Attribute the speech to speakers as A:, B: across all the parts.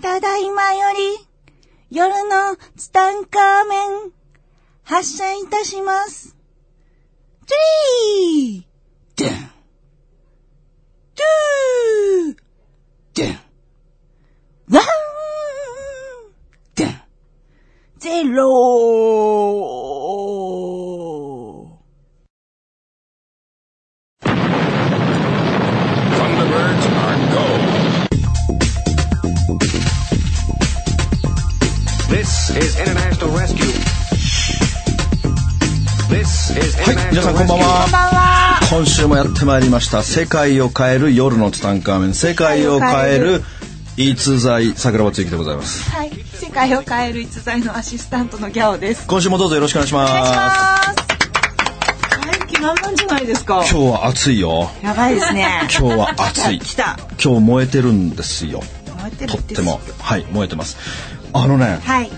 A: 間より、夜のツタンカーメン、発射いたします。トゥリ
B: ド
A: ー
B: ゥン、
A: トゥー
B: ドゥン、
A: ワン
B: ドゥン。
A: ゼロー
C: Thunderbirds are go.
D: This is International Rescue. This is
E: はい、皆さ
D: International
E: んこんば
A: こん
D: Rescue.
E: んは。
A: ばんは
E: 今週もやってまいりました。世界を変える夜のツタンカーメン。世界を変える逸材桜庭つゆきでございます。
A: はい、世界を変える逸材のアシスタントのギャオです。
E: 今週もどうぞよろしくお願いし
A: お願いし
E: ま
A: ます。はい、気満々じゃないですか。
E: す。今日は暑いよ。
A: やばいですね。
E: 今日は 暑い。
A: 来た。
E: 今日燃えてるんですよ。
A: 燃えてる
E: と
A: ん
E: っ
A: で
E: て
A: す
E: も。はい、燃えてます。あのね、
A: はい、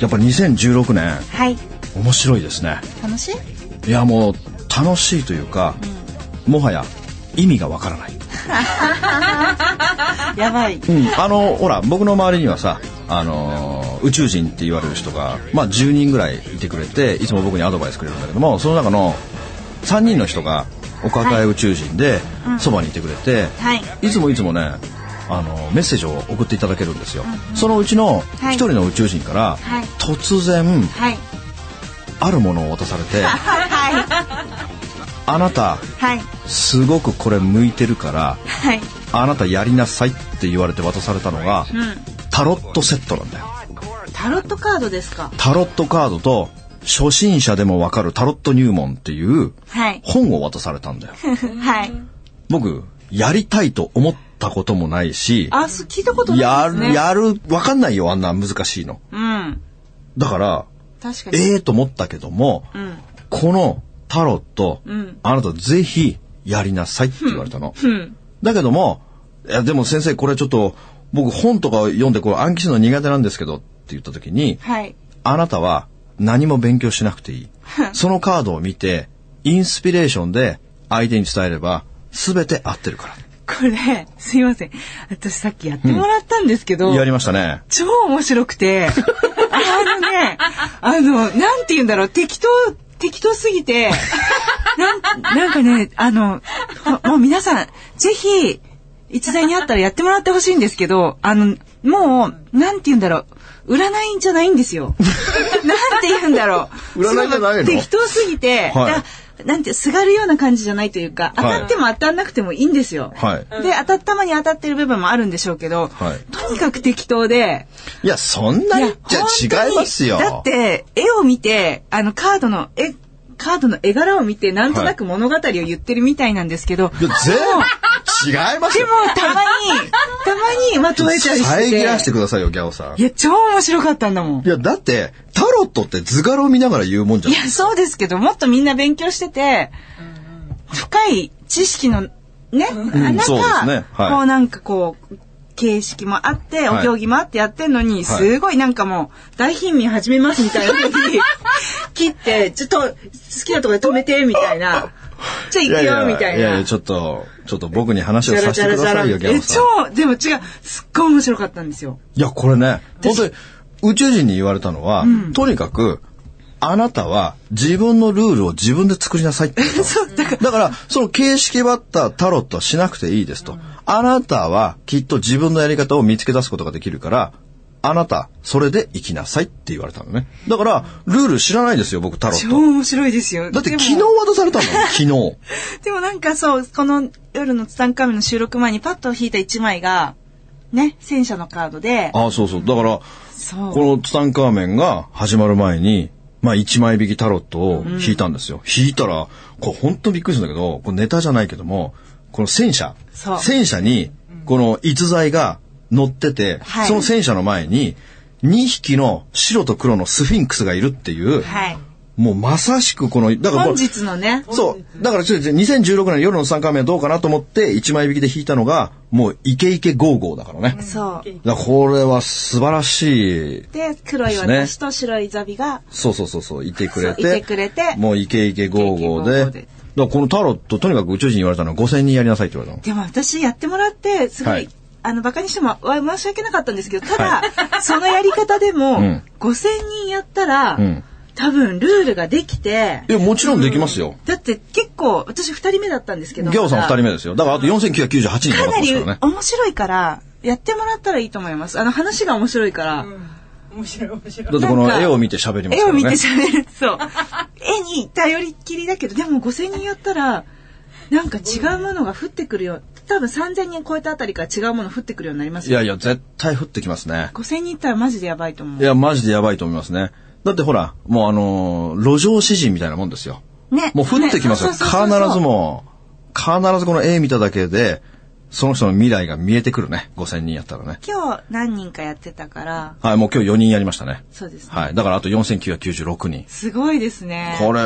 E: やっぱ2016年、
A: はい、
E: 面白いですね。
A: 楽しい。
E: いや、もう楽しいというか、もはや意味がわからない。
A: やばい。
E: うん、あのほら僕の周りにはさ、あのー宇宙人って言われる人が、まあ、10人ぐらいいてくれていつも僕にアドバイスくれるんだけどもその中の3人の人がお抱え宇宙人でそば、にいてくれて、
A: はい
E: い、つもいつもねあのメッセージを送っていただけるんですよ、そのうちの1人の宇宙人から、
A: はい
E: 突然
A: はい、
E: あるものを渡され て
A: あはい、
E: 「あなた
A: はい、
E: すごくこれ向いてるから
A: はい。
E: あなたやりなさい」って言われて渡されたのが、タロットセットなんだよ。
A: タロットカードですか。
E: タロットカードと初心者でもわかるタロット入門っていう
A: はい、
E: 本を渡されたん だよ。
A: はい。
E: 僕、やりたいと思ったこともないし、
A: あ、そう聞いたことな
E: や
A: いです
E: る、
A: ね。
E: やる、わかんないよ、あんな難しいの。
A: うん、
E: だから、
A: 確かに。
E: ええと思ったけども、
A: ん
E: このタロット、
A: ん
E: あなたぜひやりなさいって言われたの。だけども、いやでも先生これちょっと僕本とか読んでこれ暗記するの苦手なんですけどって言った時に、
A: はい、
E: あなたは何も勉強しな くていい。そのカードを見て、インスピレーションで相手に伝えれば、すべて合ってるか
A: これ、すいません。私さっきやってもらったんですけど。
E: ら。やりましたね。
A: 超面白く て、あのね、あの、なんて言うんだろう、適当、適当すぎて、なんなんかね、あの、ほもう皆さん、ぜひ、逸材にあったらやってもらってほしいんですけど、あの、もう、なんて言うんだろう、占いじゃないんです よ。なんて言うんだろう。
E: 占いじゃないの
A: そ適当すぎて、
E: はい
A: ななんて、すがるような感じじゃないというか、当
E: はい
A: たっても当たんなくてもいいんですよ。
E: はい。
A: で、当たったまに当たってる部分もあるんでしょうけど、
E: はい
A: とにかく適当で、
E: いや、そんなにじゃ違いますよ。
A: 本当にだって、絵を見て、あの、カードの、絵、カードの絵柄を見て、なんとなく物語を言ってるみたいなんですけど、
E: いや全部違います
A: で
E: よ
A: も。、たまに、たまにまとめたりして。
E: 遮らしてくださいよ、ギャオさん。
A: い
E: い
A: や、超面白かったんだもん。
E: や、だって、タロットって図柄を見ながら言うもんじゃ
A: い
E: ない。
A: や、そうですけど、もっとみんな勉強してて、深い知識のね、
E: ん
A: 中、
E: そうですねはい
A: こうなんかこう、形式もあって、
E: はい
A: お行儀もあってやってんのに、すごいなんかもう、大貧民始めますみたいな 風に、切って、ちょっと好きなところで止めて、みたいな。じゃあ行くよ、みたいな。
E: いやいや、ちょっと、ちょっと僕に話をさせてくださいよ、ギャ
A: え、
E: オさ
A: 超、
E: ん。
A: でも違う、すっごい面白かったんですよ。
E: いや、これね、本当に宇宙人に言われたのは、とにかく、あなたは自分のルールを自分で作りなさいって言ったのだから、その形式ばったタロットはしなくていいですと。あなたはきっと自分のやり方を見つけ出すことができるから、あなた、それで生きなさいって言われたのね。だから、ルール知らないですよ、僕、タロッ
A: 超
E: ト。
A: 面白いですよ。
E: だって
A: でも
E: 昨日渡された の昨日。
A: でもなんかそう、この夜のツタンカーメンの収録前にパッと引いた一枚が、ね、戦車のカードで、
E: ああ、そうそう。だから、
A: そう。
E: このツタンカーメンが始まる前に、まあ、1枚引きタロットを引いたんですよ。引いたら、これ本当びっくりするんだけど、これネタじゃないけども、この戦車
A: そう。
E: 戦車に、この逸材が乗ってて、
A: はい
E: その戦車の前に、2匹の白と黒のスフィンクスがいるっていう、
A: はい。
E: もうまさしくこの、だからこ
A: 本
E: れ
A: 日のね、
E: そう。だからちょっと2016年夜の3回目はどうかなと思って1枚引きで引いたのが、もうイケイケゴーゴーだからね。
A: そう。
E: だからこれは素晴らしい
A: で、黒い私と白いザビが、
E: そうそうそうそう、いてくれて。
A: そういてくれて
E: もうイケイケゴーゴーで。
A: イケイケゴーゴーで
E: だからこのタロット、とにかく宇宙人に言われたのは5000人やりなさいって言われたの。
A: でも私やってもらって、すご
E: はいい、
A: あの、馬鹿にしても、わ申し訳なかったんですけど、ただ、そのやり方でも、
E: ん
A: 5000人やったら、
E: うん
A: 多分ルールができて、
E: いや、もちろんできますよ。
A: だって結構、私2人目だったんですけ
E: ギ
A: ど、
E: ャオさん2人目ですよ。だからあと4998人います
A: かなり
E: からね。
A: 面白いから、やってもらったらいいと思います。あの、話が面白いから、
F: 面白い面白い。
E: だってこの絵を見て喋ります
A: 絵
E: か
A: を
E: らね。
A: 見て喋る。そう。絵に頼りっきりだけど、でも5000人やったら、なんか違うものが降ってくるよ。多分3000人超えたあたりから違うもの降ってくるようになります
E: い
A: よ。
E: やいや、絶対降ってきますね。
A: 5000人いったらマジでやばいと思
E: いや、マジでやばいと思いますね。だってほら、もうあのー路上詩人みたいなもんですよ。
A: う。ね。
E: もう降ってきますよ。
A: ね
E: 必ず。もう、必ずこの絵見ただけで、その人の未来が見えてくるね。5000人やったらね。
A: 今日何人かやってたから、
E: はい、もう今日4人やりましたね。
A: そうですね。
E: はい。だからあと4996人。
A: すごいですね。
E: これ、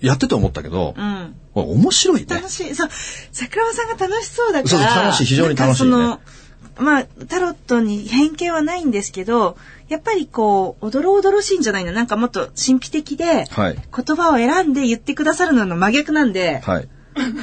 E: やってて思ったけど、
A: うん。
E: これ面白いね。
A: 楽しい。そう。桜庭さんが楽しそうだから。
E: そうそう楽しい非常に楽しいね
A: なんかそのまあ、タロットに偏見はないんですけど、やっぱりこう、おどろおどろしいんじゃないのなんかもっと神秘的で、
E: はい
A: 言葉を選んで言ってくださるのの真逆なんで、
E: はい。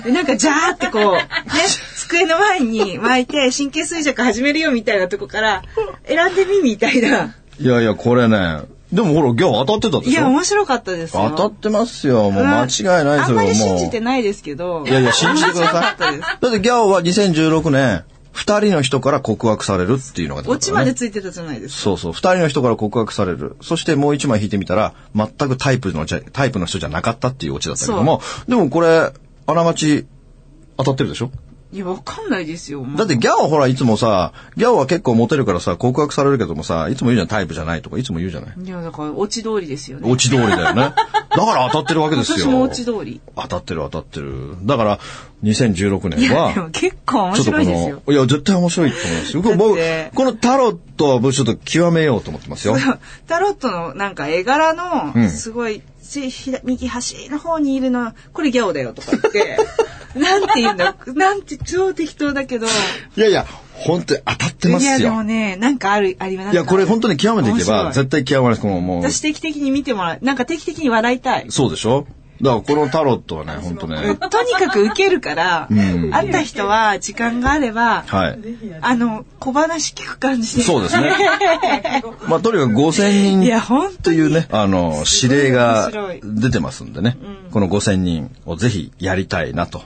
A: でなんかジャーってこう、ね、机の前に巻いて神経衰弱始めるよみたいなとこから、選んでみみたいな。
E: いやいや、これね、でもほら、ギャオ当たってたで
A: い
E: し
A: や、
E: ょ
A: 面白かったですよ。
E: 当たってますよ。もう間違いないです
A: あん
E: よ。
A: まり
E: も
A: 信
E: う
A: じてないですけど。
E: いやいや、信じてくだ
A: 面白か
E: さ
A: った
E: い。
A: です。
E: だってギャオは2016年、二人の人から告白されるっていうのが出た
A: オ
E: からね
A: チまでついてたじゃないですか。
E: そうそう。二人の人から告白される。そしてもう一枚引いてみたら、全くタイプのじゃ、タイプの人じゃなかったっていうオチだったけども、でもこれ、あながち、当たってるでしょ
A: いや、わかんないですよ。
E: だってギャオほらいつもさ、ギャオは結構モテるからさ、告白されるけどもさ、いつも言うじゃん、タイプじゃないとか、いつも言うじゃない。
A: いや、だから、オチ通りですよね。
E: オチ通りだ よね。だから当たってるわけですよ。
A: 私もオチ通り。
E: 当たってる当たってる。だから、2016
A: い
E: 年
A: や、
E: は、
A: でも結構面
E: ちょっと
A: 白
E: こ
A: いですよ。
E: の、いや、絶対面白いと思いますよ。僕、
A: だっ
E: 僕
A: て
E: このタロットは僕ちょっと極めようと思ってますよ。
A: タロットのなんか絵柄
E: う
A: の、
E: ん
A: すごい、せひだ右端の方にいるのは、これギャオだよとか言って、 なんて言うんだ、なんて超適当だけど。
E: いやいや、本当に当たってま
A: いや、
E: す
A: で
E: よ
A: も。ね、なんかある、あります
E: いや、これ本当に極めていけば、
A: 面白い
E: 絶対極まります。この、もう、
A: 私定期的に見てもらう。なんか定期的に笑いたい。
E: そうでしょだからこのタロットはね、本当ね、
A: とにかく受けるから、
E: ん
A: 会った人は時間があれば、
E: はい。
A: あの、小話聞く感じで。
E: そうです ね。まあ、とにかく5000
A: いや、
E: 人
A: 本
E: と
A: 当に。
E: いうね、あの、指令が
A: すごい面白
E: 出てますんでね、この5000人をぜひやりたいなと。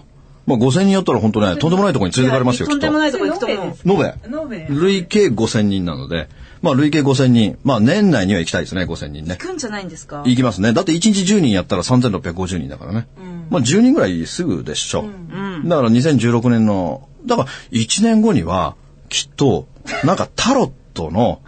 E: まあ、5000人やったら本当ね、とんでもないところに連れてかれますよ、
A: と
E: きっ
A: んで
E: と
A: も。ないとこ行くと思う。
E: 延べ。
F: ノベ
E: 累計5000人なので、まあ累計5000人、まあ年内には行きたいですね、5000人ね
A: 行。くんじゃないんですか
E: 行きますね。だって1日10人やったら3650人だからね。まあ10人ぐらいすぐでしょ。だから2016年の、だから1年後には、きっと、なんかタロットの、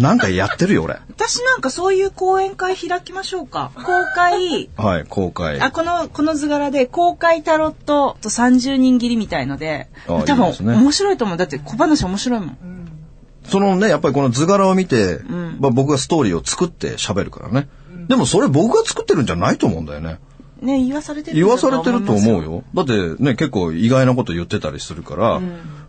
E: なんかやってるよ、俺。
A: 私なんかそういう講演会開きましょうか。公開、
E: はい、公開。
A: あ、この、この図柄で、公開タロットと30人切りみたいので、
E: あ
A: 多
E: いい
A: 分
E: ですね
A: 面白いと思う。だって小話面白いもん。
E: そのね、やっぱりこの図柄を見て、まあ僕がストーリーを作って喋るからね。でもそれ僕が作ってるんじゃないと思うんだよね。
A: ね、言わされてる
E: 言わされてると思
A: よ。
E: うよ。だってね、結構意外なこと言ってたりするから、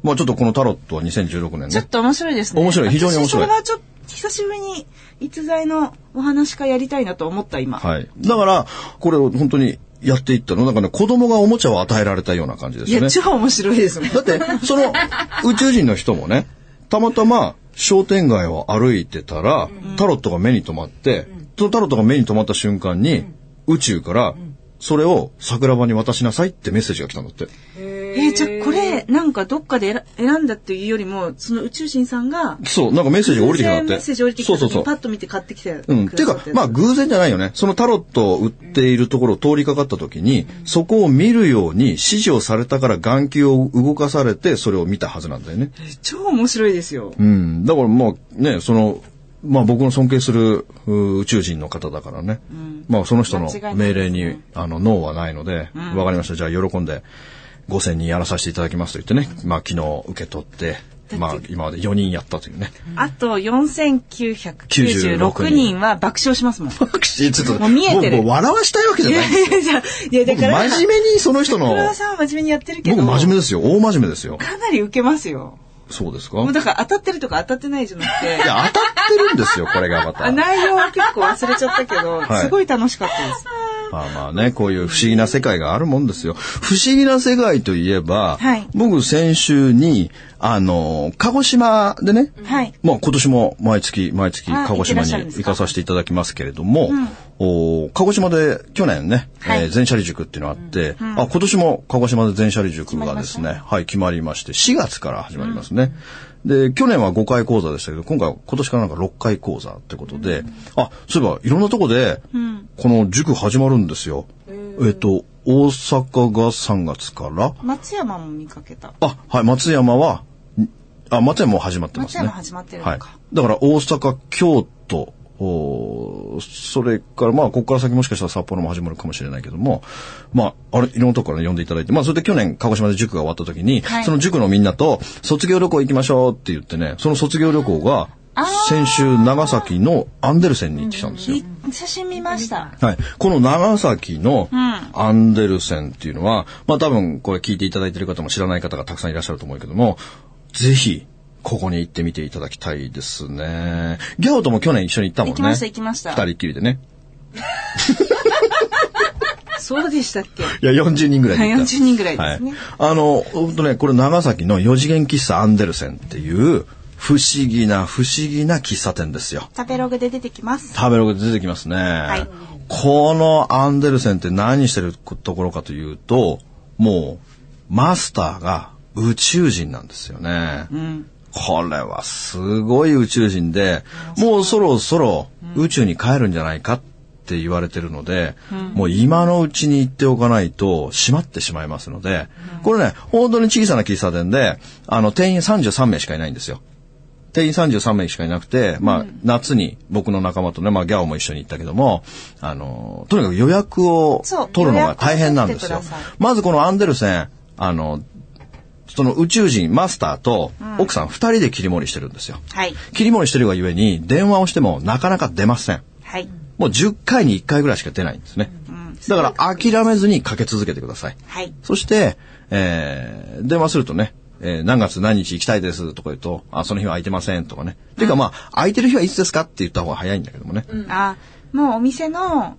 E: まあちょっとこのタロットは2016年
A: ちょっ
E: ね。
A: と面白いですね。
E: 面白い非常に面白い
A: 私それはちょっと、久しぶりに逸材のお話会やりたいなと思った今。
E: はい。だから、これを本当にやっていったの、なんかね、子供がおもちゃを与えられたような感じです
A: い
E: よね
A: や、。超面白いですもん。
E: だって、その宇宙人の人もね、たまたま商店街を歩いてたら、タロットが目に留まって、そのタロットが目に留まった瞬間に、宇宙から、それを桜庭に渡しなさいってメッセージが来たんだって。
A: えーじゃあこれ、なんかどっかで選選んだっていうよりも、その宇宙人さんが、
E: そう、なんかメッセージが降りてきたんだって。
A: メッセージ降りてきた
E: そうそう
A: 時
E: そう
A: に。パッと見て買ってきてくださった
E: うん。ていうか、まあ偶然じゃないよね。そのタロットを売っているところを通りかかった時に、そこを見るように指示をされたから眼球を動かされて、それを見たはずなんだよね。
A: 超面白いですよ。
E: うん。だからまあね、その、まあ僕の尊敬するう宇宙人の方だからね。まあその人の
A: 間違いないで
E: 命令
A: すね
E: に、あの、脳はないので、わ、かりました。じゃあ喜んで5000人やらさせていただきますと言ってね、まあ昨日受け取って、まあ今まで4人やったというね。
A: あと4996人は爆笑しますもん。
E: 拍手ちょっと、
A: もう見えてる
E: 僕もう笑わしたいわけじゃ
A: い
E: ない
A: や
E: ん
A: い
E: ですよ
A: やいや、いやだ
E: 僕
A: から、
E: 真面目にその人の
A: 黒田さんは真面目にやってるけど、
E: 僕真面目ですよ大真面目ですよ
A: かなり受けますよ。
E: そうですか
A: もう
E: い
A: だから当たってるとか当たってないじゃなくて、
E: や 当たってるんですよこれがま
A: あ
E: た
A: 内容は結構忘れちゃったけど、
E: はい
A: すごい楽しかったです。
E: まあまあね、こういう不思議な世界があるもんですよ。不思議な世界といえば、
A: はい
E: 僕先週に、あの、鹿児島でね、
A: はい
E: まあ今年も毎月毎月
A: あ
E: 鹿児島
A: 行ってらっ
E: に
A: しゃるんです
E: 行
A: か
E: かさせていただきますけれども、お鹿児島で去年ね、
A: はい
E: えー全車理塾っていうのがあって、あ、今年も鹿児島で全車理塾がですね、はい、決まりまして、4月から始まりますね。で、去年は5回講座でしたけど、今回は今年からなんか6回講座ってことで、あ、そういえばいろんなとこで、この塾始まるんですよ。えっと、大阪が3月から、
A: 松山も見かけた。
E: あ、はい、松山は、んあ、松山も始まってますね。
A: 松山始まってるのか
E: はい。だから大阪、京都、おーそれから、まあ、ここから先もしかしたら札幌も始まるかもしれないけども、まあ、あれ、いろんなところから呼んでいただいて、まあ、それで去年、鹿児島で塾が終わった時に、
A: はい
E: その塾のみんなと、卒業旅行行きましょうって言ってね、その卒業旅行が、先週、長崎のアンデルセンに行ってきたんですよ。
A: い写真見ました。
E: はい。この長崎のアンデルセンっていうのは、まあ多分これ聞いていただいている方も知らない方がたくさんいらっしゃると思うけども、ぜひ、ここに行ってみていただきたいですね。ギャオとも去年一緒に行ったもんね。
A: 行きました行きました
E: 二人っきりでね。
A: そうでしたっけ
E: いや、40人ぐらいで行った。
A: 40人ぐらいですね
E: はい、あの、ほんとね、これ長崎の四次元喫茶アンデルセンっていう、不思議な不思議な喫茶店ですよ。
A: 食べログで出てきます。
E: 食べログで出てきますね。
A: い
E: このアンデルセンって何してるところかというと、もう、マスターが宇宙人なんですよね。これはすごい宇宙人で、もうそろそろ宇宙に帰るんじゃないかって言われてるので、もう今のうちに行っておかないと閉まってしまいますので、これね、本当に小さな喫茶店で、あの、店員33名しかいないんですよ。定員33名しかいなくて、まあ、夏に僕の仲間とね、まあ、ギャオも一緒に行ったけども、あの、とにかく予約を
A: そう
E: 取るのが大変なんです
A: 予
E: よ
A: 約を取ってくださ。
E: まずこのアンデルセン、あの、その宇宙人マスターと奥さん2人で切り盛りしてるんですよ。
A: はい。
E: 切り盛りしてるがゆえに、電話をしてもなかなか出ません。
A: はい。
E: もう10回に1回ぐらいしか出ないんですね。だから諦めずにかけ続けてください。
A: はい。
E: そして、えー電話するとね、えー何月何日行きたいですとか言うと、あ、その日は空いてませんとかね。っていうかまあ、空いてる日はいつですかって言った方が早いんだけどもね。
A: あ、もうお店の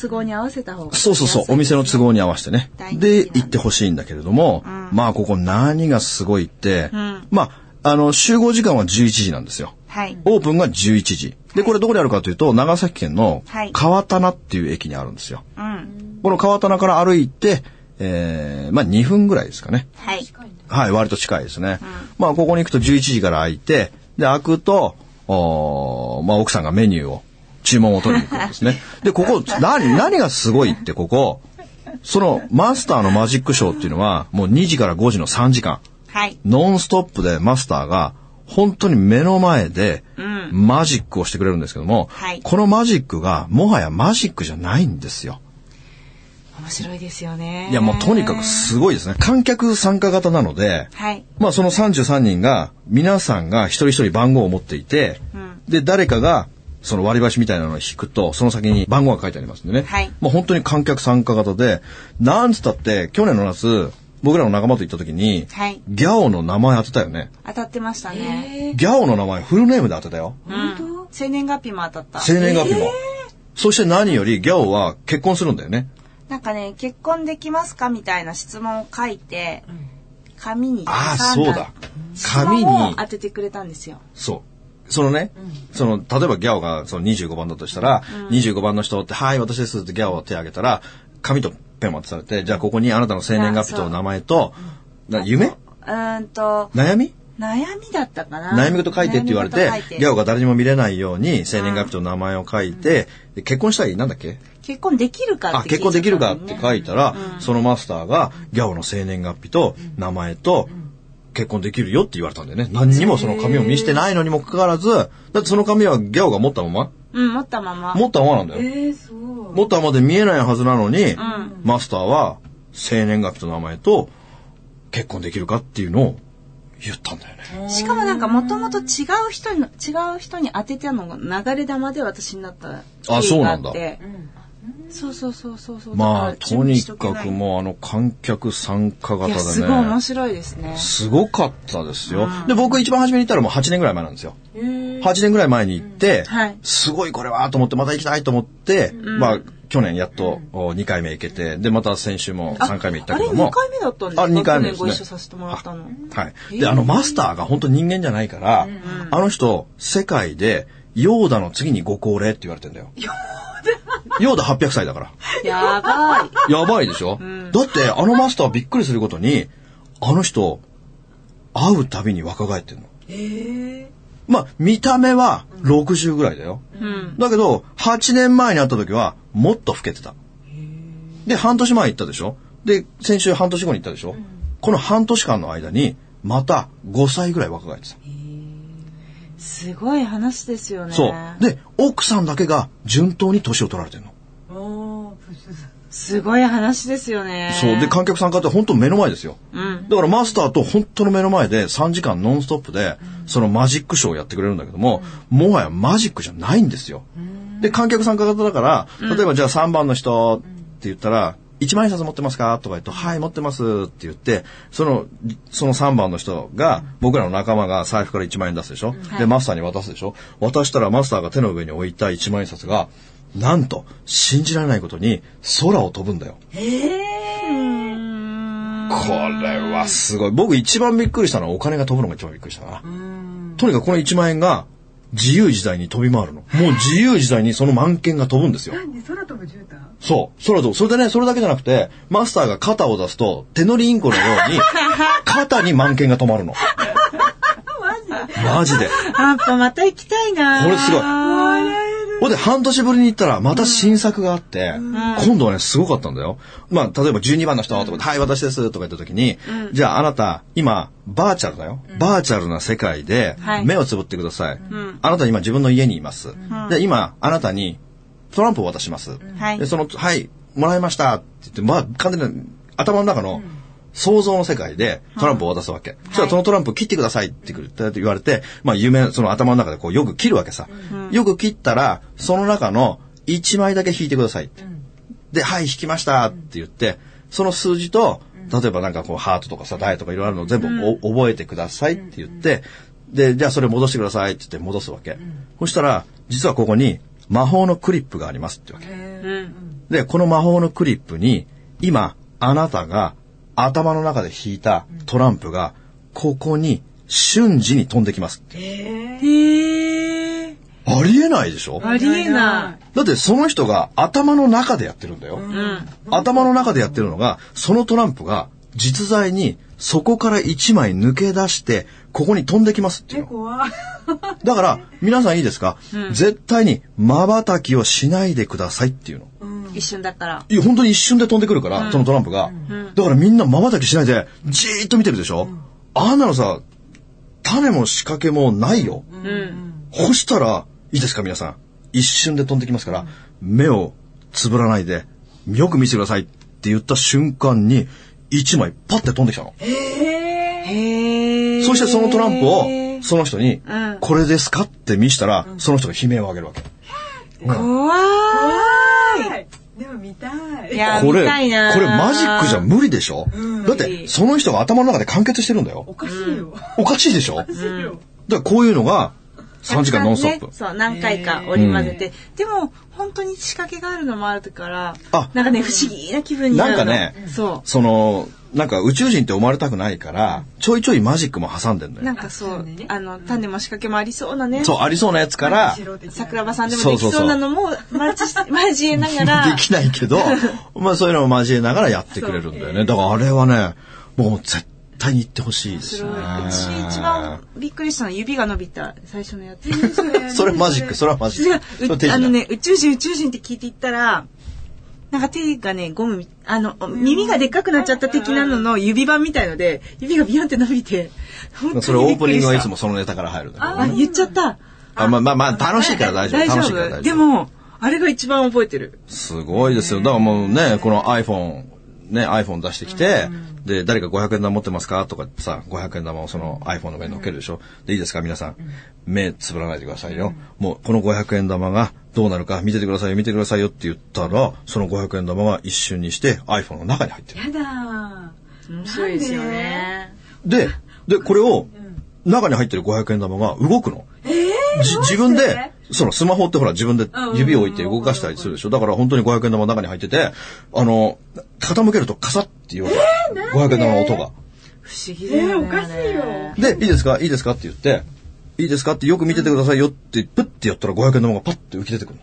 A: 都合に合わせた方が。
E: そうそうそう、お店の都合に合わせてね
A: 大。人気なん
E: で、
A: だ
E: 行ってほしいんだけれども、まあ、ここ何がすごいって、まあ、あの、集合時間は11時なんですよ。
A: はい。
E: オープンが11時。で、これどこにあるかというと、長崎県の
A: はい
E: 川棚っていう駅にあるんですよ。
A: うん。
E: この川棚から歩いて、えーまあ2分ぐらいですかね。
A: はい。
E: はい、割と近いですね。まあ、ここに行くと11時から開いて、で、開くと、おーまあ、奥さんがメニューを、注文を取りに行くんですね。で、ここ、何、何がすごいって、ここ、その、マスターのマジックショーっていうのは、もう2時から5時の3時間、
A: はい。
E: ノンストップでマスターが、本当に目の前で、マジックをしてくれるんですけども、
A: はい
E: このマジックが、もはやマジックじゃないんですよ。
A: 面白いですよね。
E: いや、もうとにかくすごいですね。観客参加型なので、
A: はい。
E: まあその33人が、皆さんが一人一人番号を持っていて、で、誰かが、その割り箸みたいなのを引くと、その先に番号が書いてありますんでね。
A: はい
E: まあ本当に観客参加型で、なんつったって、去年の夏、僕らの仲間と行った時に、
A: はい
E: ギャオの名前当てたよね。
A: 当たってましたね。
E: ギャオの名前フルネームで当てたよ。
A: 本当生年月日も当たった。
E: 生年月日も。そして何よりギャオは結婚するんだよね。
A: なんかね、結婚できますかみたいな質問を書いて、紙に
E: ああ、
A: 挟ん
E: そうだ。
A: 紙
E: 紙
A: に
E: に
A: 当ててくれたんですよ。
E: そう。そのね、その、例えばギャオがその25番だとしたら、25番の人って、はい、私ですってギャオを手を挙げたら、紙とペンを渡されて、じゃあここにあなたの生年月日
A: あそ
E: と
A: う
E: 名前と、な夢
A: うーんと、
E: 悩み
A: 悩みだったかな。
E: 悩み事書いてって言われて
A: 悩み事書、いて
E: ギャオが誰にも見れないように、生年月日と名前を書いて、で結婚したいなんだっけ
A: 結婚できるか
E: あ、
A: って聞い
E: 結
A: ちゃっ
E: 婚
A: たの
E: で
A: ね
E: きるかって書いたら、そのマスターが、ギャオの生年月日と名前と、結婚できるよって言われたんだよね。何にもその紙を見せてないのにもかかわらず、だってその紙はギャオが持ったまま、
A: うん、持ったまま。
E: 持ったままなんだよ。持ったままで見えないはずなのに、マスターは生年月日と名前と結婚できるかっていうのを言ったんだよね。
A: しかもなんかもともと違う人に、違う人に当てたのが流れ玉で私になった経緯があって。
E: そうなんだ
A: そうそうそうそうそう。
E: まあ、
A: だら
E: とに
A: 準備しと
E: か
A: けない
E: くもうあの観客参加型
A: い
E: で
A: や、
E: ね。
A: すごい面白いですね。
E: すごかったですよ。で、僕一番初めに行ったらもう8年ぐらい前なんですよ。 8年ぐらい前に行って、
A: はい
E: すごいこれはと思って、また行きたいと思って、まあ、去年やっと2回目行けて、で、また先週も3回目行ったけども。
A: あれ2回目だったんですか
E: あれ2回目です
A: 去年ご
E: ね。
A: 一緒させてもらったの
E: あはい。で、あのマスターが本当人間じゃないから、あの人、世界で、ヨーダの次にご高齢って言われてんだよ。ヨーダ ?800 歳だから。
A: やばい。
E: やばいでしょ、だって、あのマスターびっくりすることに、あの人、会うたびに若返ってるの。まあ、見た目は60ぐらいだよ。だけど、8年前に会った時は、もっと老けてた。で、半年前行ったでしょで、先週半年後に行ったでしょ、この半年間の間に、また5歳ぐらい若返ってた。
A: すごい話ですよね。
E: そう。で、奥さんだけが順当に年を取られてるの。
A: すごい話ですよね。
E: そう。で、観客参加って本当目の前ですよ。
A: うん。
E: だからマスターと本当の目の前で3時間ノンストップで、そのマジックショーをやってくれるんだけども、もはやマジックじゃないんですよ。で、観客参加型だから、例えばじゃあ3番の人って言ったら、1万円札持ってますかとか言うと、はい、持ってますって言って、その、その3番の人が、僕らの仲間が財布から1万円出すでしょ、で、マスターに渡すでしょ渡したらマスターが手の上に置いた1万円札が、なんと、信じられないことに空を飛ぶんだよ。これはすごい。僕一番びっくりしたのはお金が飛ぶのが一番びっくりしたな。とにかくこの1万円が自由自在に飛び回るの。もう自由自在にその満件が飛ぶんですよ。
F: 何空飛ぶ絨毯
E: そう。空飛ぶ。それでね、それだけじゃなくて、マスターが肩を出すと、手乗りインコのように、肩に満件が止まるの。 マジで。
A: やっぱまた行きたいな。
E: これすごいほんで、半年ぶりに行ったら、また新作があって、今度はね、すごかったんだよ。まあ、例えば12番の人とか、はい、私ですとか言った時に、じゃああなた、今、バーチャルだよ。バーチャルな世界で
A: は、い
E: 目をつぶってください。あなた今自分の家にいます。で、今、あなたに、トランプを渡します。
A: はい
E: で、その、はい、もらいましたって言って、まあ、完全に頭の中の想像の世界でトランプを渡すわけ。そしたらそのトランプを切ってくださいって言われて、まあ、夢、その頭の中でこうよく切るわけさ。よく切ったら、その中の1枚だけ引いてくださいって。で、はい、引きましたって言って、その数字と、例えばなんかこう、ハートとかさ、ダイとかいろいろあるの全部お覚えてくださいって言って、で、じゃあそれ戻してくださいって言って戻すわけ。そしたら、実はここに魔法のクリップがありますってわけ。で、この魔法のクリップに、今、あなたが頭の中で引いたトランプが、ここに瞬時に飛んできますって。
A: へえ。
E: ありえないでしょ
A: ありえない。
E: だってその人が頭の中でやってるんだよ。頭の中でやってるのが、そのトランプが実在にそこから1枚抜け出して、ここに飛んできますっていうの。
F: 怖い
E: だから、皆さんいいですか、絶対に瞬きをしないでくださいっていうの。
A: 一瞬だから。
E: いや、本当に一瞬で飛んでくるから、そのトランプが。だからみんな瞬きしないで、じーっと見てるでしょ、あんなのさ、種も仕掛けもないよ。干したら、いいですか皆さん。一瞬で飛んできますから、目をつぶらないで、よく見せてくださいって言った瞬間に、一枚パッて飛んできたの。
A: へえ。
E: そしてそのトランプを、その人に、これですかって見したら、その人が悲鳴を上げるわけ。
A: 怖い。
F: でも見たい
A: いや、
E: これ、
A: 見
E: こ
A: たい
E: れ
A: な。
E: マジックじゃ無理でしょ、だって、その人が頭の中で完結してるんだよ。
F: おかしいよ、
E: おかしいでしょ、だからこういうのが3時間ノンストップ。
A: ねそう、何回か織り交ぜて。でも、本当に仕掛けがあるのもあるから
E: あ、
A: なんかね、不思議な気分になるの。
E: なんかね
A: そ
E: その、なんか宇宙人って思われたくないから、ちょいちょいマジックも挟んでんの
A: う。な
E: よ
A: ん。かそう、あの、種も仕掛けもありそうなね。
E: そう、ありそうなやつから、
F: 素人的な
A: 桜庭さんでもできそうなのも、マジ、交えながら。
E: できない けど、まあそういうのを交えながらやってくれるんだよね。だからあれはね、もう絶対に行ってほしいです
A: そ
E: ね
A: れ。私一番びっくりしたのは指が伸びた最初のやつ。
E: それマジック、それはマジック。それ手
A: う
E: 品
A: あのね、宇宙人宇宙人って聞いていったら、なんか手がね、ゴムみ、あの、耳がでっかくなっちゃった的なのの指輪みたいので、指がビヨンって伸びて、本当に
E: それオープニングはいつ
A: も。
E: もそのネタから入るんだけど
A: あ、
E: ね。
A: 言っちゃった。
E: あまあまあまあ、楽しいから大丈夫。
A: 大
E: 楽
A: 丈
E: しいから大丈
A: 夫。
E: 夫。
A: でも、あれが一番覚えてる。
E: すごいですよ。だからもうね、この iPhone、ね、iPhone 出してきて、で、誰か500円玉持ってますかとかさ、500円玉をその iPhone の上に乗っけるでしょ。で、いいですか皆さん。目つぶらないでくださいよ。もう、この500円玉がどうなるか見ててくださいよ、見てくださいよって言ったら、その500円玉が一瞬にして iPhone の中に入ってる。
F: やだ
A: 面白いですよね。
E: で、で、これを、中に入ってる500円玉が動くの。じ自分で、そのスマホってほら自分で
F: うんうん
E: 指を置いて動かしたりするでしょ。だから本当に500円玉の中に入ってて、あの、傾けるとカサッっていう、500円玉の音が。
A: 不思議だよね。
F: えーおかしいよ
A: あ
E: で、いいですかいいですかって言って、いいですかってよく見ててくださいよって、プッてやったら500円玉がパッて浮き出てくるの。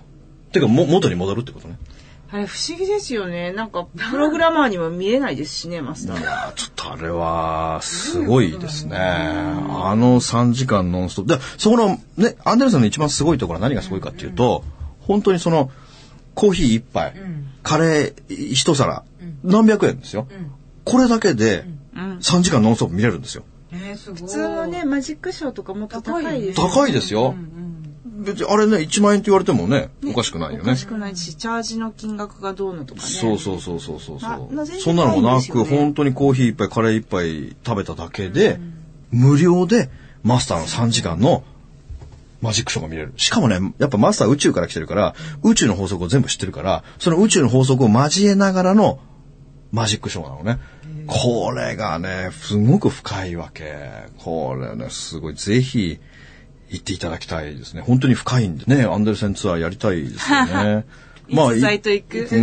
E: てか、も、元に戻るってことね。
A: れあれ不思議ですよね。なんか、プログラマーには見えないですしね、マスターは。
E: あちょっとあれは、すごいですね。あの3時間ノンストップ。で、そこの、ね、アンデルソンの一番すごいところは何がすごいかっていうと、本当にその、コーヒー一杯、カレー一皿、何百円ですよ。これだけで、3時間ノンストップ見れるんですよ。
F: えー、すごい。普
A: 普通のね、マジックショーとかもっと高いですよね
E: 高いですよ。別にあれね、1万円って言われてもね、おかしくないよね。
A: おかしくないし、チャージの金額がどうのとかね。
E: そうそうそうそうそう
A: まあ
E: そ
A: まあ全
E: う。
A: 然
E: そんなのも
A: な
E: な
A: いん
E: く、
A: ですよね
E: 本当にコーヒー一杯、カレー一杯食べただけで、無料でマスターの3時間のマジックショーが見れる。しかもね、やっぱマスター宇宙から来てるから、宇宙の法則を全部知ってるから、その宇宙の法則を交えながらのマジックショーなのね。これがね、すごく深いわけ。これね、すごい。ぜひ、行っていただきたいですね。本当に深いんでね、アンデルセンツアーやりたいですよ ね。まあ、
A: 逸材と行く。
E: う
A: い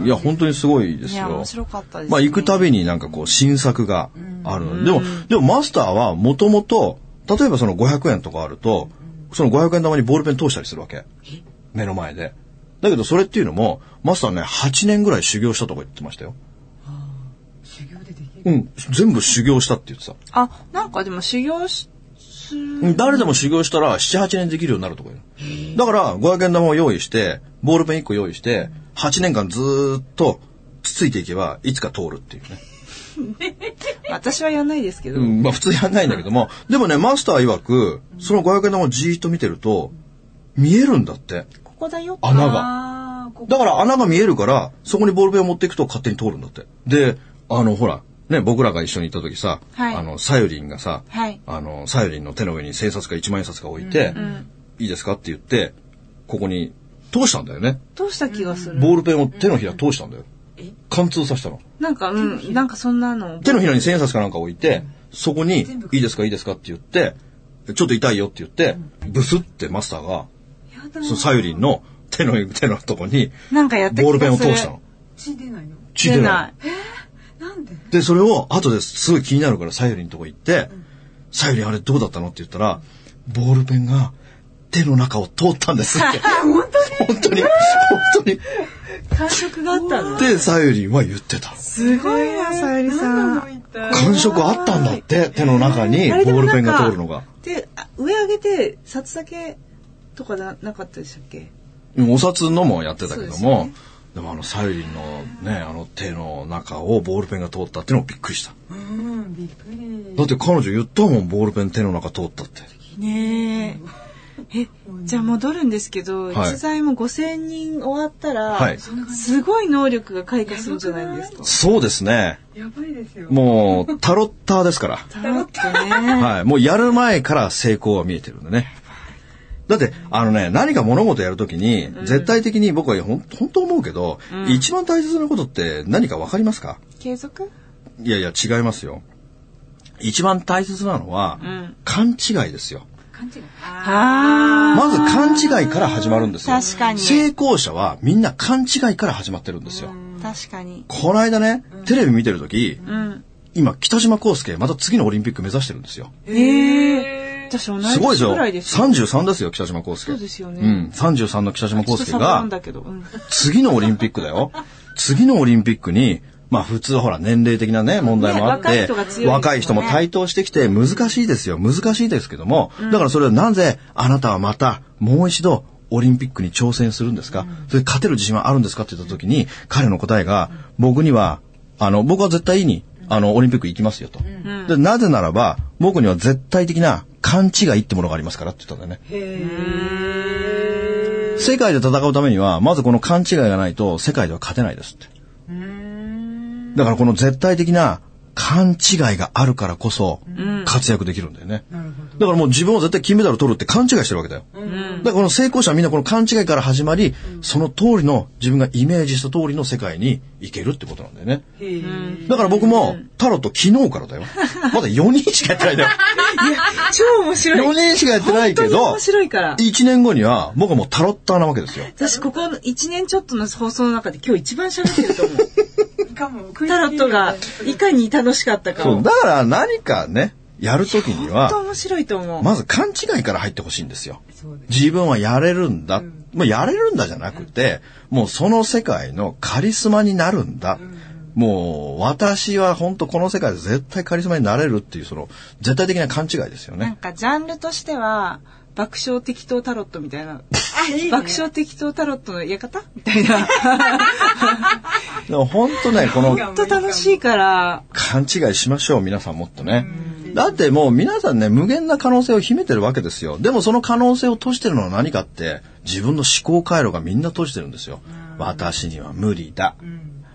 E: んいや、本当にすごいですよ。
A: や、面白かったです、ね。
E: まあ、行くたびになんかこう、新作があるので。でも、でもマスターはもともと、例えばその500円とかあると、その500円玉にボールペン通したりするわけ。目の前で。だけど、それっていうのも、マスターね、8年ぐらい修行したとか言ってましたよ。
F: 修行でできる。
E: うん。全部修行したって言ってた。
A: あ、なんかでも修行し、する。
E: うん誰でも修行したら7、8年できるようになるとか言うのだから、500円玉を用意して、ボールペン1個用意して、8年間ずーっと、つついていけば、いつか通るっていうね。
A: 私はやんないですけど。
E: うん、まあ普通やんないんだけども、でもね、マスター曰く、その500円玉をじーっと見てると、見えるんだって。
A: ここだよって。
E: 穴が。
F: あー、ここ。
E: だから穴が見えるから、そこにボールペンを持っていくと勝手に通るんだって。で、あの、ほら、ね、僕らが一緒に行った時さ、
A: はい
E: あの、サユリンがさ、
A: はい
E: あの、サユリンの手の上に千円札か一万円札が置いて、いいですかって言って、ここに通したんだよね。
A: どうした気がする。
E: ボールペンを手のひら通したんだよ。貫通させたの。
A: なんか、うん、なんかそんなの。
E: 手のひらに千円札かなんか置いて、そこに、いいですかいいですかって言って、ちょっと痛いよって言って、ブスってマスターが、
F: やだー
E: そのサユリンの手の、手のとこに、
A: なんかやった気がする
E: ボールペンを通したの。
F: 血出ないの
E: 血出ない。
A: い。
F: なんで
E: で、それを後ですごい気になるからさゆりのとこ行って、さゆりあれどうだったのって言ったら、ボールペンが手の中を通ったんで すって。本当に本当に本当に。
A: 感触があったの。
E: で、さゆりは言ってた。
A: すごいな、さゆりさん。
E: 感触あったんだって、手の中にボ
A: あれで
E: ー
A: も
E: ル
A: な
E: ペ
A: ん
E: ン
A: か
E: が通るのが。
A: で、あ上上げて、札だけとかななかったでしたっけ
E: うんお札のもやってた
A: そ
E: けど
A: うですよ
E: も、でもあのさゆりのね、あの手の中をボールペンが通ったっていうのもびっくりした。
F: うん、びっくり。
E: だって彼女言ったもん、ボールペン手の中通ったって。
A: ねえ。え、じゃあ戻るんですけど、
E: はい
A: 一材も5000人終わったら、
E: はい
A: すごい能力が開花するんじゃないですか。
E: そうですね。
F: やばいですよ。
E: もう、タロッターですから。
A: タロットね。
E: はい。もうやる前から成功は見えてるんでね。だって、あのね、何か物事やるときに、絶対的に僕はほん本当思うけど、一番大切なことって何かわかりますか
A: 継続
E: いやいや、違いますよ。一番大切なのは、
A: ん
E: 勘違いですよ。
F: 勘違い。
A: あ
E: まず勘違いから始まるんですよ。
A: 確かに
E: 成功者はみんな勘違いから始まってるんですよ。
A: あ、確かに。
E: この間ね、テレビ見てるとき、
A: うん。
E: 今、北島康介、また次のオリンピック目指してるんですよ。
A: ええ私同い
E: すごい
A: 年
E: ぞ。
A: ぐらいですよ。
E: 33ですよ、北島康介。
A: そうですよね
E: うん、33の北島
A: ちょ
E: 康
A: っと
E: 介
A: 差があ
E: が
A: ん、だけど。うん。
E: 次のオリンピックだよ。次のオリンピックに、まあ普通はほら年齢的なね、問題もあっ
A: ね若
E: て、
A: い人が強いですよね
E: 若い人も台頭してきて難しいですよ。難しいですけども、だからそれはなぜあなたはまたもう一度オリンピックに挑戦するんですか、それで勝てる自信はあるんですかって言った時に、彼の答えが、僕には、あの、僕は絶対に、あの、オリンピック行きますよと。でなぜならば、僕には絶対的な勘違いってものがありますからって言ったんだよね。世界で戦うためには、まずこの勘違いがないと世界では勝てないですって。だからこの絶対的な勘違いがあるからこそ活躍できるんだよね。だだからもう自分は絶対金メダル取るって勘違いしてるわけだよ。だからこの成功者はみんなこの勘違いから始まり、その通りの自分がイメージした通りの世界に行けるってことなんだよね。
F: へえ。
E: だから僕もタロット昨日からだよ。まだ4人しかやってないんだよ。
A: 超面白い。
E: 4人しかやってないけ
A: 本当に
E: ど
A: 面、白いから。
E: 1年後には僕はもうタロッターなわけですよ。
A: 私、ここの1年ちょっとの放送の中で今日一番喋ってる と思う。
F: かも食いつ
A: タロ
F: き
A: ットがいかに楽しかったか
E: そ
A: を。
E: う。だから何かね、やるときに
A: 本当
E: は、
A: 面白いと思う。
E: まず勘違いから入ってほしいんですよ。
F: そうです
E: 自分はやれるんだ。もうやれるんだじゃなくて、もうその世界のカリスマになるんだ。もう私は本当この世界で絶対カリスマになれるっていうその絶対的な勘違いですよ
A: なん
E: ね。
A: かジャンルとしては、爆笑適当タロットみたいな。
F: あいいね
A: 爆笑適当タロットの館みたいな。
E: でも本当ね、この
A: 本当楽しいから。
E: 勘違いしましょう、皆さんもっとね。だってもう皆さんね、無限な可能性を秘めてるわけですよ。でもその可能性を閉じてるのは何かって、自分の思考回路がみんな閉じてるんですよ。私には無理だ。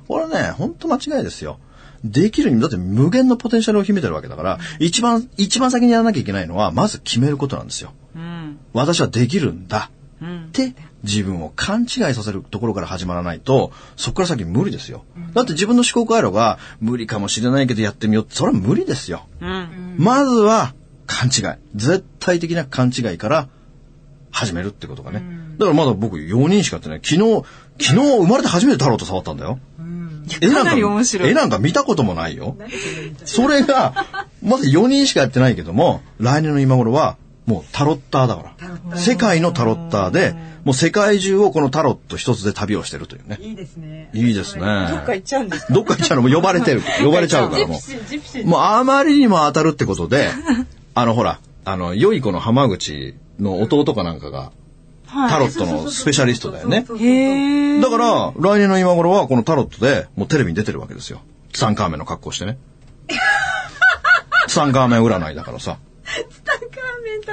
E: これね、ほんと間違いですよ。できるに、だって無限のポテンシャルを秘めてるわけだから、一番、一番先にやらなきゃいけないのは、まず決めることなんですよ。
A: うん。
E: 私はできるんだ。って、自分を勘違いさせるところから始まらないと、そこから先無理ですよ。だって自分の思考回路が、無理かもしれないけどやってみようってそれは無理ですよ。
A: うん。
E: まずは、勘違い。絶対的な勘違いから、始めるってことがね。だからまだ僕4人しかやってない。昨日、昨日生まれて初めてタロット触ったんだよ。絵
A: かなり面白い
E: 絵なんか見たこともないよ。それが、まだ4人しかやってないけども、来年の今頃は、もうタロッターだから。世界のタロッターで、もう世界中をこのタロット一つで旅をしてるというね。
F: いいですね
E: いいですね。
A: どっか行っちゃうんですか
E: どっか行っちゃうのもう呼ばれてる。呼ばれちゃうからもう。
F: ジプシー
E: もうあまりにも当たるってことで、あのほら、あの、良い子の浜口の弟かなんかが、タロットのスペシャリストだよね。
A: へえ。
E: だから、来年の今頃はこのタロットでもうテレビに出てるわけですよ。ツタンカーメンの格好してね。ツタンカーメン占いだからさ。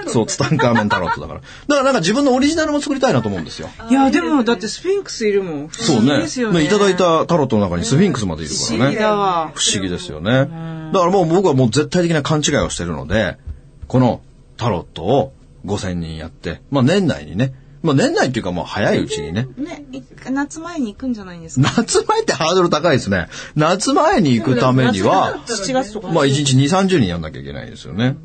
E: そう、ツタンカーメンタロットだから。だからなんか自分のオリジナルも作りたいなと思うんですよ。
A: いや、でも、だってスフィンクスいるもん。不
E: そ
A: 思
E: う
A: 議
E: ね。
A: ですよね。
E: ねいただい。たタロットの中にスフィンクスまでいるからね。
A: 不思議だわ
E: 不思議ですよね。だからもう僕はもう絶対的な勘違いをしてるので、このタロットを5000人やって、まあ年内にね、まあ年内っていうかもう早いうちにね、
A: ね、い夏前に行くんじゃないんですか
E: 夏前ってハードル高いですね。夏前に行くためには、
A: 7月とか。
E: まあ1日2、30人やんなきゃいけないですよね。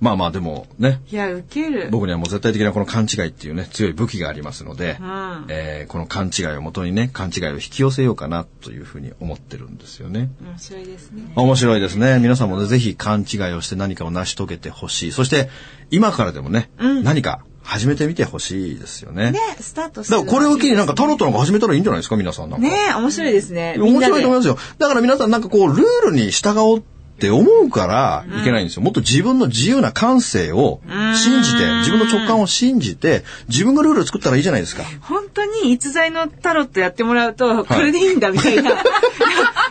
E: まあまあでもね、
A: いや、ウケる。
E: 僕にはもう絶対的なこの勘違いっていうね、強い武器がありますので、
A: ん
E: えーこの勘違いをもとにね、勘違いを引き寄せようかなというふうに思ってるんですよね。
A: 面白いですね。
E: 面白いですね。皆さんもね、ぜひ勘違いをして何かを成し遂げてほしい。そして、今からでもね、何か始めてみてほしいですよね。
A: ね、スタートす
E: だ
A: る
E: からこれを機になんかタロットなんか始めたらいいんじゃないですか、皆さんなんか。
A: ね面白いですね。みんな
E: 面
A: で
E: 白いと思いますよ。だから皆さんなんかこう、ルールに従おうって思うからいけないんですよ。もっと自分の自由な感性を信じて、自分の直感を信じて、自分がルールを作ったらいいじゃないですか。
A: 本当に逸材のタロットやってもらうと、これでいいんだみ たいな。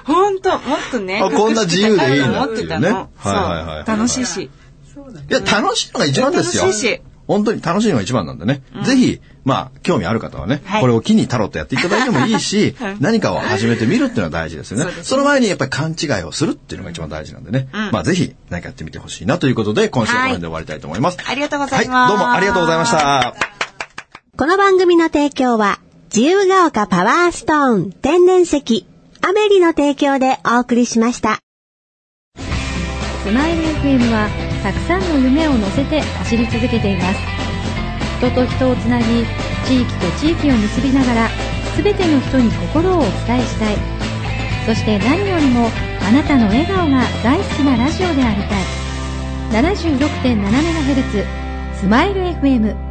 A: 本当、もっとね。
E: あこんな自由でいいんだ
A: 持
E: っ
A: って
E: い
A: て
E: うね
A: たの。そ
E: はいはいはいは
A: う
E: い。
A: 楽しいし。
F: そうだね
E: いや、楽しいのが一番ですよ。
A: 楽しいし
E: 本当に楽しいのが一番なんでね。ぜひ、まあ、興味ある方はね、
A: はい
E: これを機にタロットやっていただいてもいい し、何かを始めてみるっていうのは大事ですよね。その前にやっぱり勘違いをするっていうのが一番大事なんでね。まあ、ぜひ、何かやってみてほしいなということで、今週はこの辺で終わりたいと思います。
A: ありがとうございます
E: はい、どうもありがとうございました。
G: この番組の提供は、自由が丘パワーストーン天然石、アメリの提供でお送りしました。
H: スマイル FM はたくさんの夢を乗せて走り続けています人と人をつなぎ地域と地域を結びながら全ての人に心をお伝えしたいそして何よりもあなたの笑顔が大好きなラジオでありたい 76.7MHz スマイル FM